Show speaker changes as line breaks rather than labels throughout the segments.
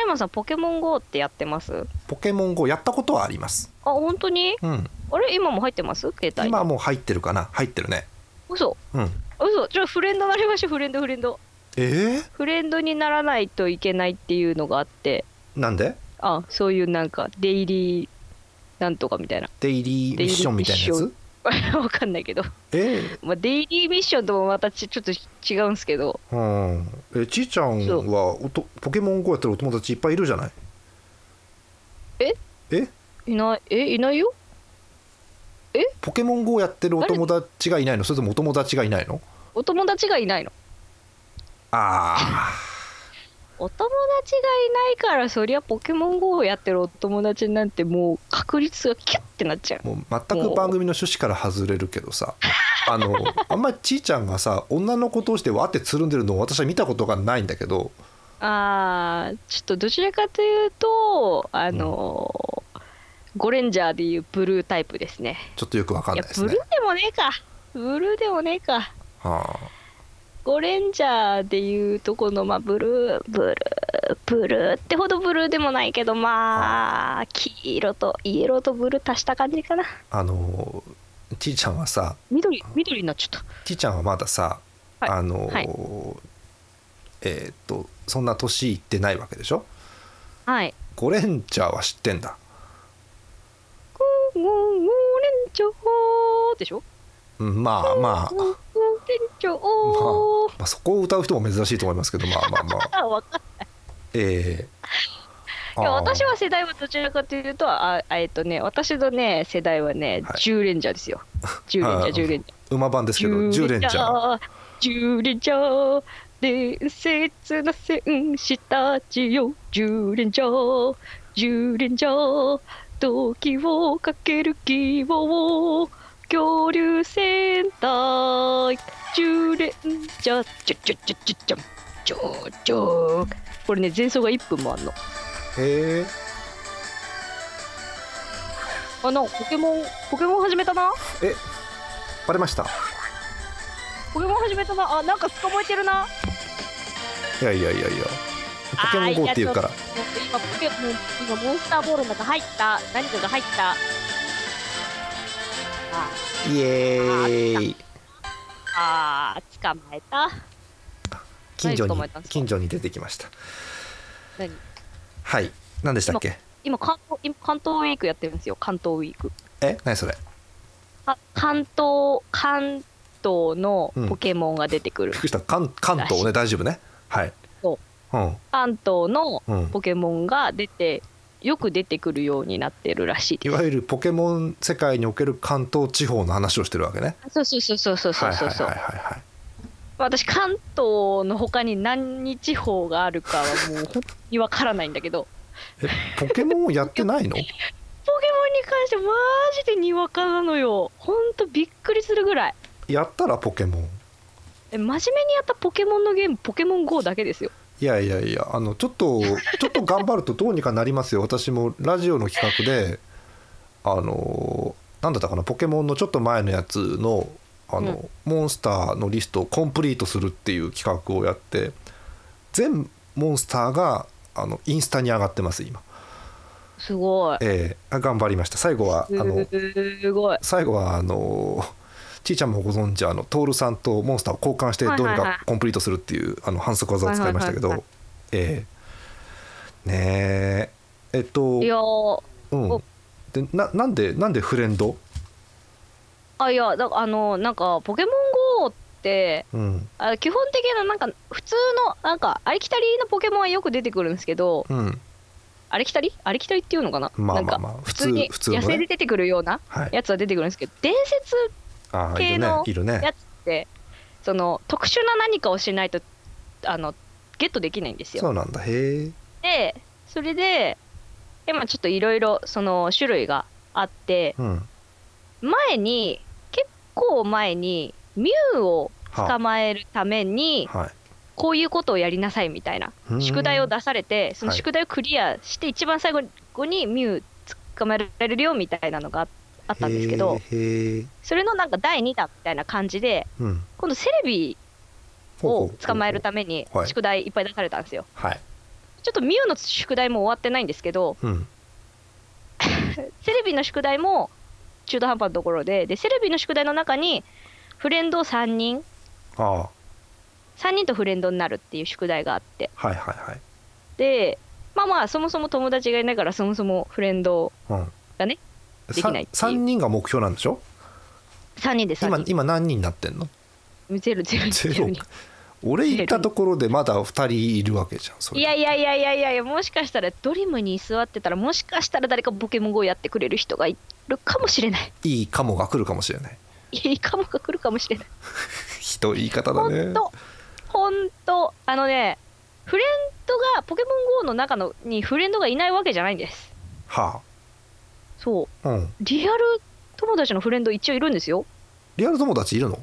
イマンさんポケモン GO ってやってます
ポケモン GO やったことはあります。
あ本当に
うん。
あれ今も入ってます携帯に
今はもう入ってるかな入ってるね。
嘘
うん。
嘘ちょフレンドなりましょうフレンドフレンド
ええ
フレンドにならないといけないっていうのがあって
なんで
あそういうなんかデイリーなんとかみたいな
デイリーミッションみたいなや
デイリー
つ
わかんないけど、
え
まあ、デイリーミッションともまたちちょっと違うんすけど
えうん。え、ちーちゃん
そ
はおとポケモン GO やってるお友達いっぱいいるじゃない
え
え
いないえいないよ
ポケモン GO やってるお友達がいないのそれともお友達がいないの
お友達がいないの
あ
お友達がいないからそりゃポケモン GO をやってるお友達なんてもう確率がキュッてなっちゃう
あもう全く番組の趣旨から外れるけどさあのあんまりちーちゃんがさ女の子としてわってつるんでるのを私は見たことがないんだけど
あーちょっとどちらかというとあのーゴレンジャーでいうブルータイプですね
ちょっとよくわかん
い
な
や
いです
ブル
ね
ー。でもねえかブルーでもねえか
は
ゴレンジャーでいうとこのまあブルーブルーブルーってほどブルーでもないけどまあ黄色とイエローとブルー足した感じかな
あ、あのちーちゃんはさ
緑緑になっちゃった
ちーちゃんはまださ、
はい
あの、
はい
えーっとそんな年いってないわけでしょ
はい
ゴレンジャーは知ってんだ
ゴーゴーゴーレンジャーでしょ
うんまあまあ、
ゴーゴーレンジャー
まあ、そこを歌う人も珍しいと思いますけどまあまあまあ
あわかんない
ええ
いや私は世代はどちらかというとああえっとね私のね世代はね、
はい
10レンジャーです よ10レンジャー10レンジャー
馬版ですけど10連ちゃん
10レンジャー伝説の戦士たちよ10レンジャー10レンジャー時をかける希望恐竜戦隊10レンジャーちょちょちょちょちょちょちょこれね前奏が1分もあんの
へえ
あのポケモンポケモン始めたな
えバレました
ポケモン始めたなあなんか捕まえてるない
やいやいやいやポケモン GO っていうから
あーいやちょっと今ポケモン今モンスターボールの中入った何かが入ったあ
イエーイ
あー捕まえた
近所
何捕ま
に
えたんですか
近所に出てきました
何
はい何でしたっけ
今関東今関東ウィークやってるんですよ関東ウィーク
え何それ
あ関東関東のポケモンが出てくる
びっ、くりした関関東ね大丈夫ねはい、
そう
ん、
関東の
うん
ポケモンが出てよく出てくるようになってるらしい
い
です
わゆるポケモン世界における関東地方の話をしてるわけね
そうそうそうそうそうそ
は
う
い
そ
は
う
いはいはいはい
私関東の他に何地方があるかはもう本当にわからないんだけど
えポケモンをやってないの
ポケモンに関してマジでにわかなのよほんとびっくりするぐらい
やったらポケモン
え真面目にやったポケモンのゲームポケモン GO だけですよ
いやいやいやあのちょっ とちょっと頑張るとどうにかなりますよ私もラジオの企画であのなんだったかなポケモンのちょっと前のやつのあの、モンスターのリストをコンプリートするっていう企画をやって全モンスターがあのインスタに上がってます今、
すごい
ええあ頑張りました最後はあの
すごい
最後はあのちーちゃんもご存知あの徹さんとモンスターを交換してど
は
う
い
に
はいはい
かコンプリートするっていうあの反則技を使いました
は
け
い
ど
は
ええねええっと
いやー
うん
お
でななんでなんでフレンド
あいやだあのなんかポケモン GO って
うん
あ基本的ななんか普通のなんかありきたりのポケモンはよく出てくるんですけど
うん
ありきたりありきたりっていうのかな,、
まあまあ
なん
まあ
か
普
普
通
通に
普通の
野生
ね
で出てくるような
はい
やつは出てくるんですけど伝説
ああい
系
るね
の
いるね
やつってその特殊な何かをしないとあのゲットできないんです
そ
よ。
うなんだへえ
でそれで今ちょっといろいろその種類があって
うん
前に結構前にミュウを捕まえるために
はい
こういうことをやりなさいみたいな
うん
宿題を出されてその宿題をクリアして一番最後にミュウ捕まえられるよみたいなのがああったんですけど
へえへえ
それのなんか第2弾みたいな感じで
うん
今度セレビを捕まえるために
はい
宿題いっぱい出されたんですよ。
はい
ちょっとミュウの宿題も終わってないんですけど、
うん
セレビの宿題も中途半端なところで、でセレビの宿題の中に、フレンド3人、
ああ
3人とフレンドになるっていう宿題があって、
はいはい
で、まあまあ、そもそも友達がいないから、そもそもフレンド
はい、うん、
がね、できないっていう
3人が目標なんでしょ
3人です、
今
3人。
今何人になって んの
ゼロゼロ
ゼ
ゼ
ロ
ロに
俺行ったところでまだ2人いるわけじゃんそれ
いやいやいやいやいやいや、もしかしたらドリームに座ってたら、もしかしたら誰かポケモン GO やってくれる人がいるかもしれない。
いいカモが来るかもしれない
いいかもが来るかもしれない。
ひどい言い方だ
ほ
ね
んと、ほんと、あのね、フレンドが、ポケモン GO の中のにフレンドがいないわけじゃないんです。
は
そう。
あうん
リアル友達のフレンド一応いるんですよ。
リアル友達いるの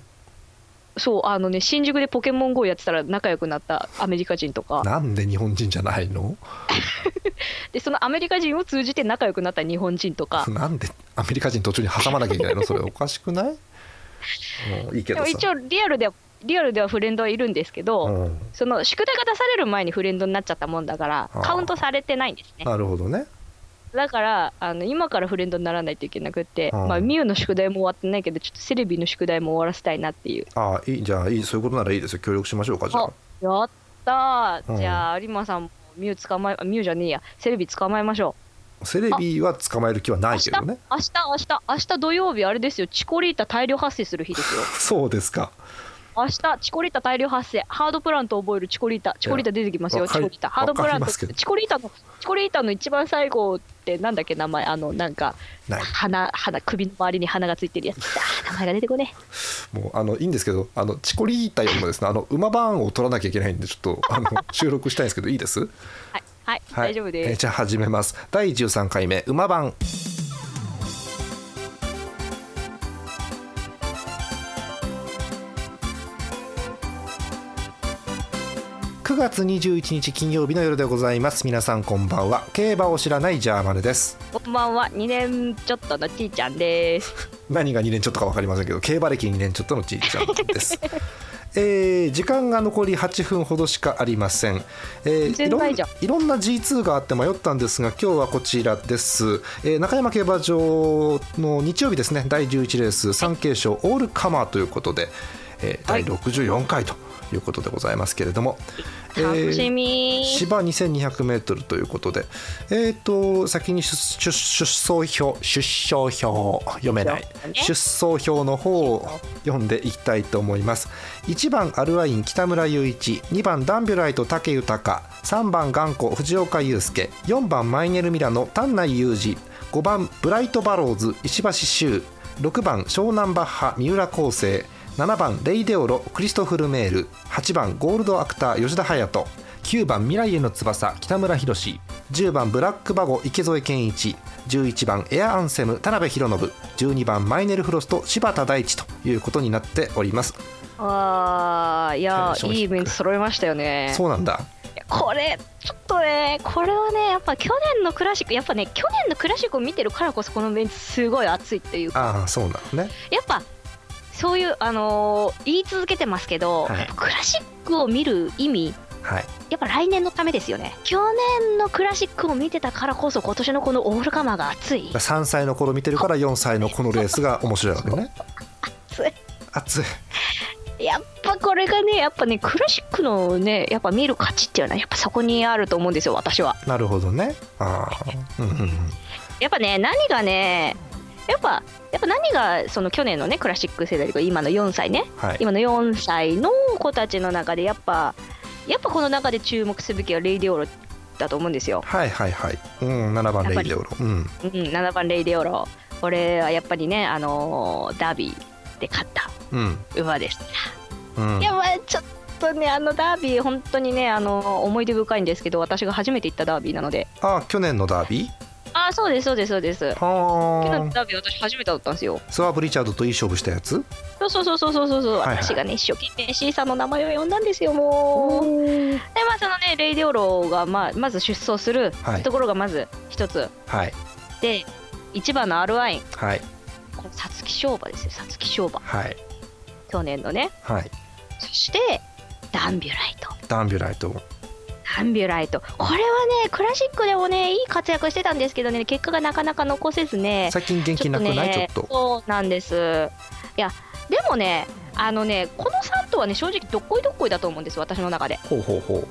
そう、あのね、新宿でポケモン GO やってたら仲良くなったアメリカ人とか、
なんで日本人じゃないの、
で、そのアメリカ人を通じて仲良くなった日本人とか
なんでアメリカ人途中に挟まなきゃいけないのそれおかしくない、うん、いいけ
で
ど
も
さ
一応リアルでは、リアルではフレンドはいるんですけど、
うん、
その宿題が出される前にフレンドになっちゃったもんだから
あー
カウントされてないんですね
なるほどね
だからあの今からフレンドにならないといけなくって、
うん
まあ、ミュウの宿題も終わってないけどちょっとセレビの宿題も終わらせたいなっていう
ああいいじゃあいいそういうことならいいですよ協力しましょうかじゃあ
やったー、
うん
じゃあ有馬さんもミュウ捕まえあミュウじゃねえやセレビ捕まえましょ
セレビは捕まえる気は
う
な
明
いけ
日
どね
明日明日明日土曜日あれですよチコリータ大量発生する日ですよ
そうですか
明日チコリータ大量発生ハードプラントを覚えるチコリータチコリータ出てきますよ
わか
チ
り
コリータハードプラ
わかり
ン
ま
ト
すけど
チコリータのチコリータの一番最後ってなんだっけ名前あのなんか
ない
花花首の周りに花がついてるやつあ名前が出てこねえ
もうあのいいんですけどあのチコリータよりもですねあの馬番を取らなきゃいけないんでちょっとあの 収録したいんですけどいいです、
はい、はい、
はい、
大丈夫
えー
です
じゃあ始めます第13回目馬番9月21日金曜日の夜でございます皆さんこんばんは競馬を知らないジャーマネです
こんばんは2年ちょっとのちいちゃんです
何が2年ちょっとか分かりませんけど競馬歴2年ちょっとのちいちゃんですえー時間が残り8分ほどしかありません、えーい
全
ろん
然大丈
いろんな G2 があって迷ったんですが今日はこちらです、えー中山競馬場の日曜日ですね第11レース三景賞オールカマーということで、えー
はい
第64回ということでございますけれども、えー
楽しみー、
芝 2200m ということで、えー、と先に出出出走表出走表読めない出走表の方を読んでいきたいと思います1番アルワイン北村雄一2番ダンビュライト武豊3番頑固藤岡祐介4番マイネルミラノ丹内裕二5番ブライトバローズ石橋周6番湘南バッハ三浦康生7番レイデオロクリストフル・メール8番ゴールドアクター吉田隼人9番未来への翼北村博史10番ブラックバゴ池添健一11番エアアンセム田辺弘信12番マイネルフロスト柴田大地ということになっております
あーいや
テンショ
ー
ン低い
いいイベント揃いましたよね
そうなんだ
これちょっとねこれはねやっぱ去年のクラシックやっぱね去年のクラシックを見てるからこそこのベンチすごい熱いっていうか
ああそうなのね
やっぱそういうあのー言い続けてますけど、
はい
やっぱクラシックを見る意味
はい
やっぱ来年のためですよね去年のクラシックを見てたからこそ今年のこのオールカマーが熱い
3歳の頃見てるから4歳のこのレースが面白いわけね
熱い
熱い
やっぱこれがねやっぱねクラシックのねやっぱ見る価値っていうのはやっぱそこにあると思うんですよ私は
なるほどねああうんうんうん
やっぱね何がねやっぱやっぱ何がその去年のねクラシック世代とか今の4歳ね
はい
今の4歳の子たちの中でやっぱやっぱこの中で注目すべきはレイディオロだと思うんですよ、
はいはいはいうん7番レイデオロうん
うん、7番レイディオロこれはやっぱりねあのーダービーで勝った
うん
馬です、
うん
いやまあちょっとねあのダービー本当にねあのー思い出深いんですけど私が初めて行ったダービーなので
ああ去年のダービ
ああそうですそうですそうです
ーは
去
あ
年のダービー私初めてだったんですよ
スワーブ・リチャードといい勝負したやつ
そうそうそうそうそうそう、
はいはい
私がね一生懸命 C さんの名前を呼んだんですよもう
お
でまあそのねレイデオロが、まあ、まず出走する
はい
ところがまず一つ、
はい
で1番の R ワイン
はい
この皐月賞馬ですよ皐月賞馬
はい
去年のね
はい
そしてダンビュライト
ダンビュライト
アンビュライト。これはね、クラシックでもね、いい活躍してたんですけどね、結果がなかなか残せずね。
最近元気なくないちょっと,、
ね、そうなんです。いや、でもね、あのね、この3頭はね、正直どっこいどっこいだと思うんです、私の中で。
ほうほうほ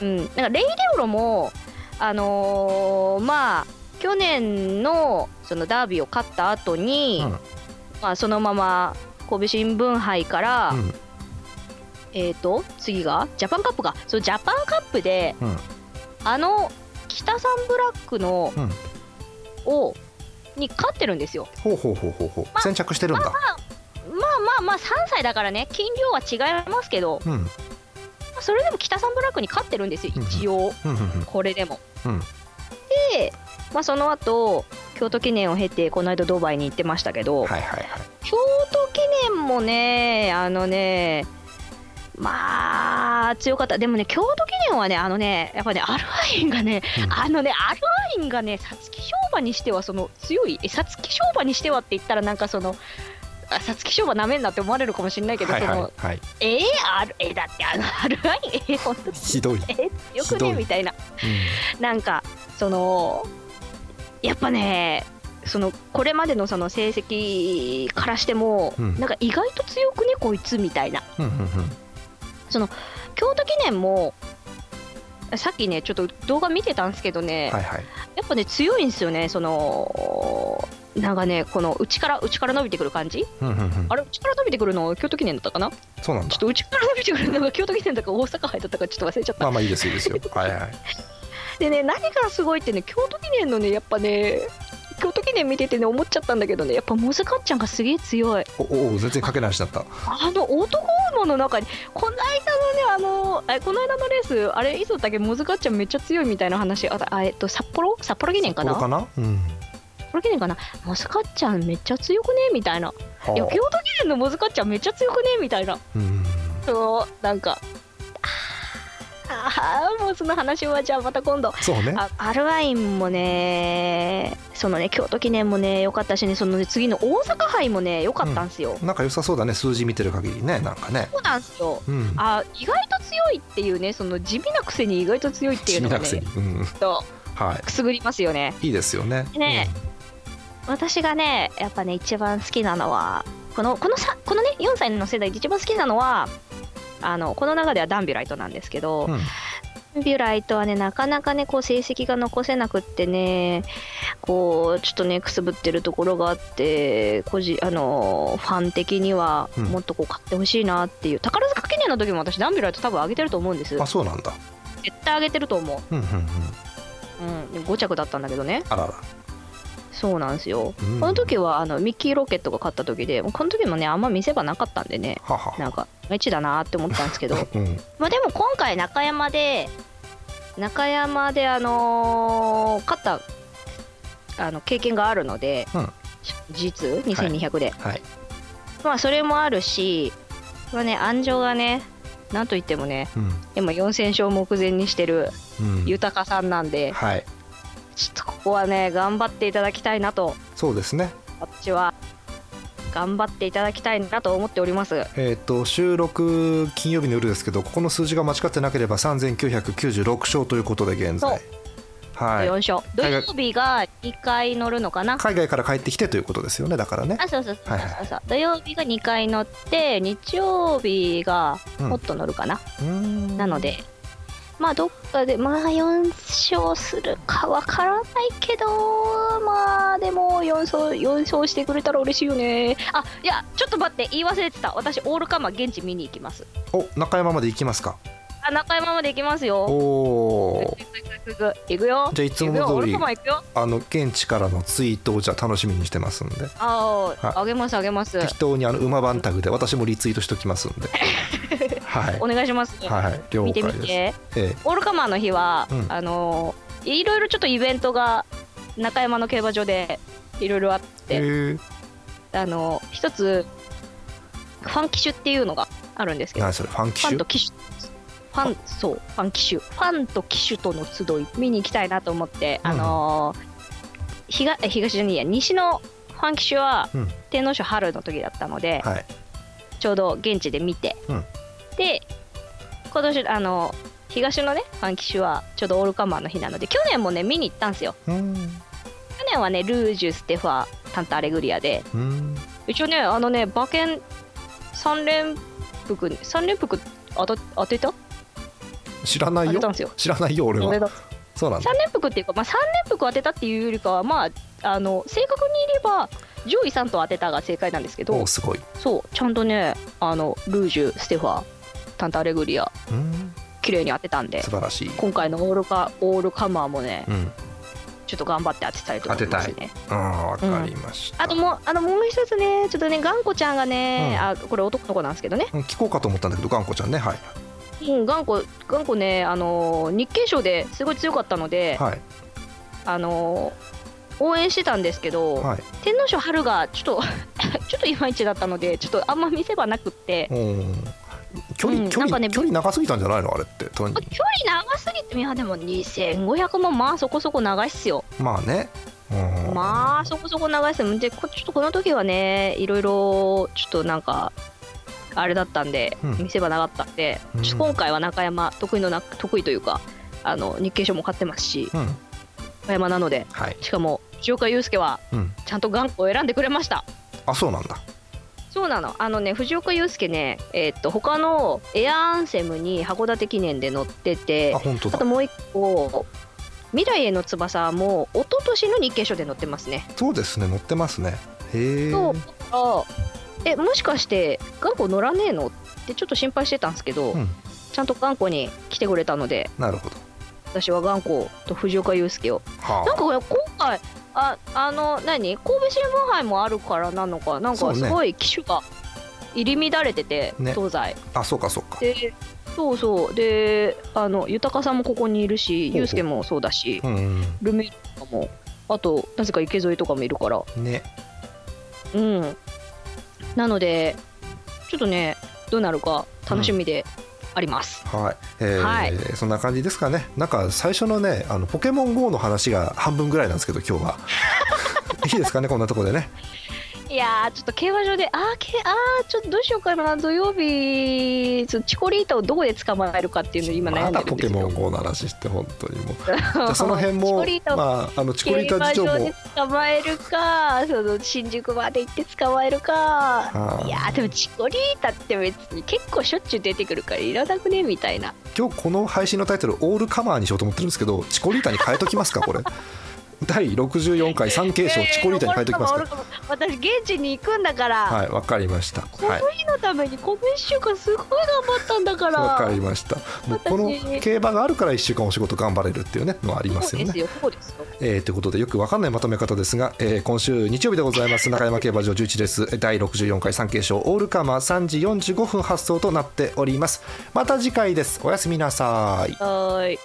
うん、なんかレイデオロも、あのーまあ、去年のそのダービーを勝った後に、
うん
まあ、そのまま神戸新聞杯から、
う、うん
えー、と次がジャパンカップかそのジャパンカップで、
うん
あの北サンブラックの、
うん
をに勝ってるんですよ
ほうほうほうほうほう先着してるんだ、
まあまあまあ3歳だからね金量は違いますけど
うん
まあそれでも北サンブラックに勝ってるんですよ
うんうん
一応
うんうんうん
これでも、
うん
で、まあ、その後京都記念を経てこの間ドバイに行ってましたけど、
はいはいはい
京都記念もね、あのね、まあ、強かった、でもね、京都記念はね、あのね、やっぱね、アルアインがね、
うん
あのね、アルアインがね、皐月賞馬にしては、その強い、え皐月賞馬にしてはって言ったら、なんかその、あ皐月賞馬なめんなって思われるかもしれないけど、
はい
そ
は
の
いはい
えー、あるえだって、あのアルアイン、えー、本当に
ひどい、うん、
えー、よく
ひど
ね
い
みたいな、なんか、その、やっぱね、そのこれまでのその成績からしても、
うん
なんか意外と強くね、こいつみたいな、
うんうんうん
京都記念も、さっきね、ちょっと動画見てたんですけどね、
はいはい
やっぱね、強いんですよね、その、なんかね、この内から、内から伸びてくる感じ、
うんうんうん
あれ、内から伸びてくるの、京都記念だったかな、ちょ
そうなんだ
っと内から伸びてくるのが京都記念だか、大阪杯だったか、ちょっと忘れちゃった
まあ。まあいいですいい ですよはいはい
でね何がすごいってね京都記念のねやっぱね京都記念見ててね思っちゃったんだけどねやっぱモズカッちゃんがすげえ強い
おおお全然かけない話だった
あの男馬の中にこの間のねあのえこの間のレースあれいつだったっけモズカッちゃんめっちゃ強いみたいな話ああえっと札幌札幌記念かな
札幌
札
かなうん
幌記念かなモズカッちゃんめっちゃ強くねみたいない
はあ
や京都記念のモズカッちゃんめっちゃ強くねみたいな
うん
そのなんかあーあーもうその話はじゃあまた今度
そうね
あアルワインもね、そのね京都記念もね良かったしね、そのね次の大阪杯もね良かったんすよ。
なんか良さそうだね数字見てる限りねなんかね
そうなんすよ。
うん
あ意外と強いっていうね、その地味なくせに意外と強いっていうのがね、
地
ち
味なくせにうん
ょっと
は
くすぐりますよね。
いいいですよね
ね私がね、やっぱね一番好きなのはこのこのさこのね4歳の世代で一番好きなのは。あのこの中ではダンビュライトなんですけど、
うんうん
ダンビュライトはねなかなかねこう成績が残せなくってねこうちょっとねくすぶってるところがあって個人あのーファン的には
うん
もっとこう買ってほしいなっていう、宝塚記念の時も私ダンビュライト多分上げてると思うんです
あそうなんだ
絶対上げてると思
うんうんうん
う、うん、でも5着だったんだけどね
あらら
そうなんですよ
うん
この時はあのミッキーロケットが買った時でもうこの時もねあんま見せ場なかったんでね
はは
なんか無知だなって思ったんですけど
うん
まあでも今回中山で中山であのー勝ったあの経験があるので、
うん
実2200で、
はい
まあそれもあるし、まあね、安城がねなんといってもね
うん
今4000勝目前にしてる
うん
豊さんなんで、
はい
ちょっとここはね頑張っていただきたいなと
そうですね
私は頑張っていただきたいなと思っております
えー、と収録金曜日の夜ですけどここの数字が間違ってなければ3996勝ということで現在は
4
い
勝、土曜日が2回乗るのかな
海外から帰ってきてということですよねだからね
あそうそうそうそうそう、
はいは
土曜日が2回乗って日曜日が
うん
もっと乗るかな、
うーん
なのでまあどっかでまあ4勝するかわからないけどまあでも4勝4勝してくれたら嬉しいよねあいやちょっと待って言い忘れてた私オールカマー現地見に行きます
お中山まで行きますか
あ中山まで行きますよ
お
行
ー
く行く行く行くよ
じゃあいつ
行
も
くよオ
通
ール
り
カマー行くよ
あの現地からのツイートをじゃあ楽しみにしてますんで
ああ、
はい
あげますあげます
適当にあの馬番タグで私もリツイートしときますん ではい
お願いします、
はい了
見
解
て
で
見
す
て
え
オールカマーの日は、
うん
あのーいろいろちょっとイベントが中山の競馬場でいろいろあっ
え
て、
え
あのー一つファン騎手っていうのがあるんですけど
何それファン
フ
機
ァン
種
と騎手ファンそうファン騎手ファンと騎手との集い見に行きたいなと思って、
うん
あのー東え東じゃねえや西のファン騎手は
うん
天皇賞春の時だったので、
はい
ちょうど現地で見て、
うん
で今年あの東のね半騎手はちょうどオールカマーの日なので去年もね見に行ったんですよ
うん
去年はねルージュステファタンタアレグリアで
うん
一応ねあのね馬券3連服3連服当た当てた
知らな
当
い
て
よ
たんですよ
知らないよ俺
当て
は
た
そうなんだ
3連服っていうか、まあ、3連服当てたっていうよりかは、まあ、あの正確に言えば上位3と当てたが正解なんですけ
お
ど
おすごい
そうちゃんとねあのルージュステファタンタアレグリア
うん
綺麗に当てたんで
素晴らしい
今回のオールカオールカマーもね
うん
ちょっと頑張って当てたいと思いますね
あわかりました
あともうあのもう一つねちょっとね頑固ちゃんがね、
うん
あこれ男の子なんですけどね、
うん聞こうかと思ったんだけど頑固ちゃんねはい
うん、頑固頑固ねあの日経賞ですごい強かったので、
はい
あの応援してたんですけど、
はい
天皇賞春がちょっと ちょっといまいちだったのでちょっとあんま見せ場なくって
うん距
う
離
ん
距
なんか
離
ね
距離長すぎたんじゃないのあれってとに
あ距離長すぎていやでも2500もまあそこそこ長いっすよ
まあねうん
まあそこそこ長いっすよでこちょっとこの時はねいろいろちょっとなんかあれだったんで、
うん
見せ場なかったんで、
うん
ちょっと今回は中山得意のな得意というかあの日経賞も勝ってますし
うん
中山なので
はい
しかも藤岡祐介は
うん
ちゃんと頑固を選んでくれました
あそうなんだ
そうなのあのね藤岡祐介ねえーっと他のエアアンセムに函館記念で乗ってて
あ
あ
本当だ
ともう一個未来への翼も一昨年の日経賞で乗ってますね、
そうですね乗ってますねへえ
そうだからえもしかして頑固乗らねえのってちょっと心配してたんですけど、
うん
ちゃんと頑固に来てくれたので
なるほど
私は頑固と藤岡祐介を
は
なんかこれ今回ああの何神戸新聞杯もあるからなのかなん
そう
か
ね
すごい機種が入り乱れてて、
ね
東西
ああそうかそうか
でそうそうであの豊さんもここにいるし
ほう
祐介もそうだし
うん
ルメールとかもあとなぜか池添とかもいるから
ね
うんなのでちょっとねどうなるか楽しみであります、
はい、えー
はい
そんな感じですかねなんか最初のねあのポケモン GO の話が半分ぐらいなんですけど 今日はいいですかねこんなところでね
いやーちょっと競馬場であーけあーちょっとどうしようかな土曜日そのチコリータをどこで捕まえるかっていうのを今悩
ま
んで
だ
る
ポ
んで
ケ
すよ
モン GO の話して本当にもうじ
じ
ゃあその辺
チ
も
コリータを
まああのチコリー
競
タ
馬
事情
場
も
で捕まえるかその新宿まで行って捕まえるか
あー
いやーでもチコリータって別に結構しょっちゅう出てくるからいらなくねみたいな
今日この配信のタイトル「オールカマー」にしようと思ってるんですけどチコリータに変えときます かこれ第64回三景賞チコリータに変えときます
いや
か
いやおるかもおるかも私現地に行くんだから、
はいわかりました
この
はい
日のためにこの1週間すごい頑張ったんだから
わかりましたもうこの
私
競馬があるから1週間お仕事頑張れるっていうねのはあります
そう
よ
で
ね
すよそうですよ
えーということでよくわかんないまとめ方ですが、えー今週日曜日でございます中山競馬場11です第64回産経賞オールカマー3時45分発送となっておりますまた次回ですおやすみなさい
はーい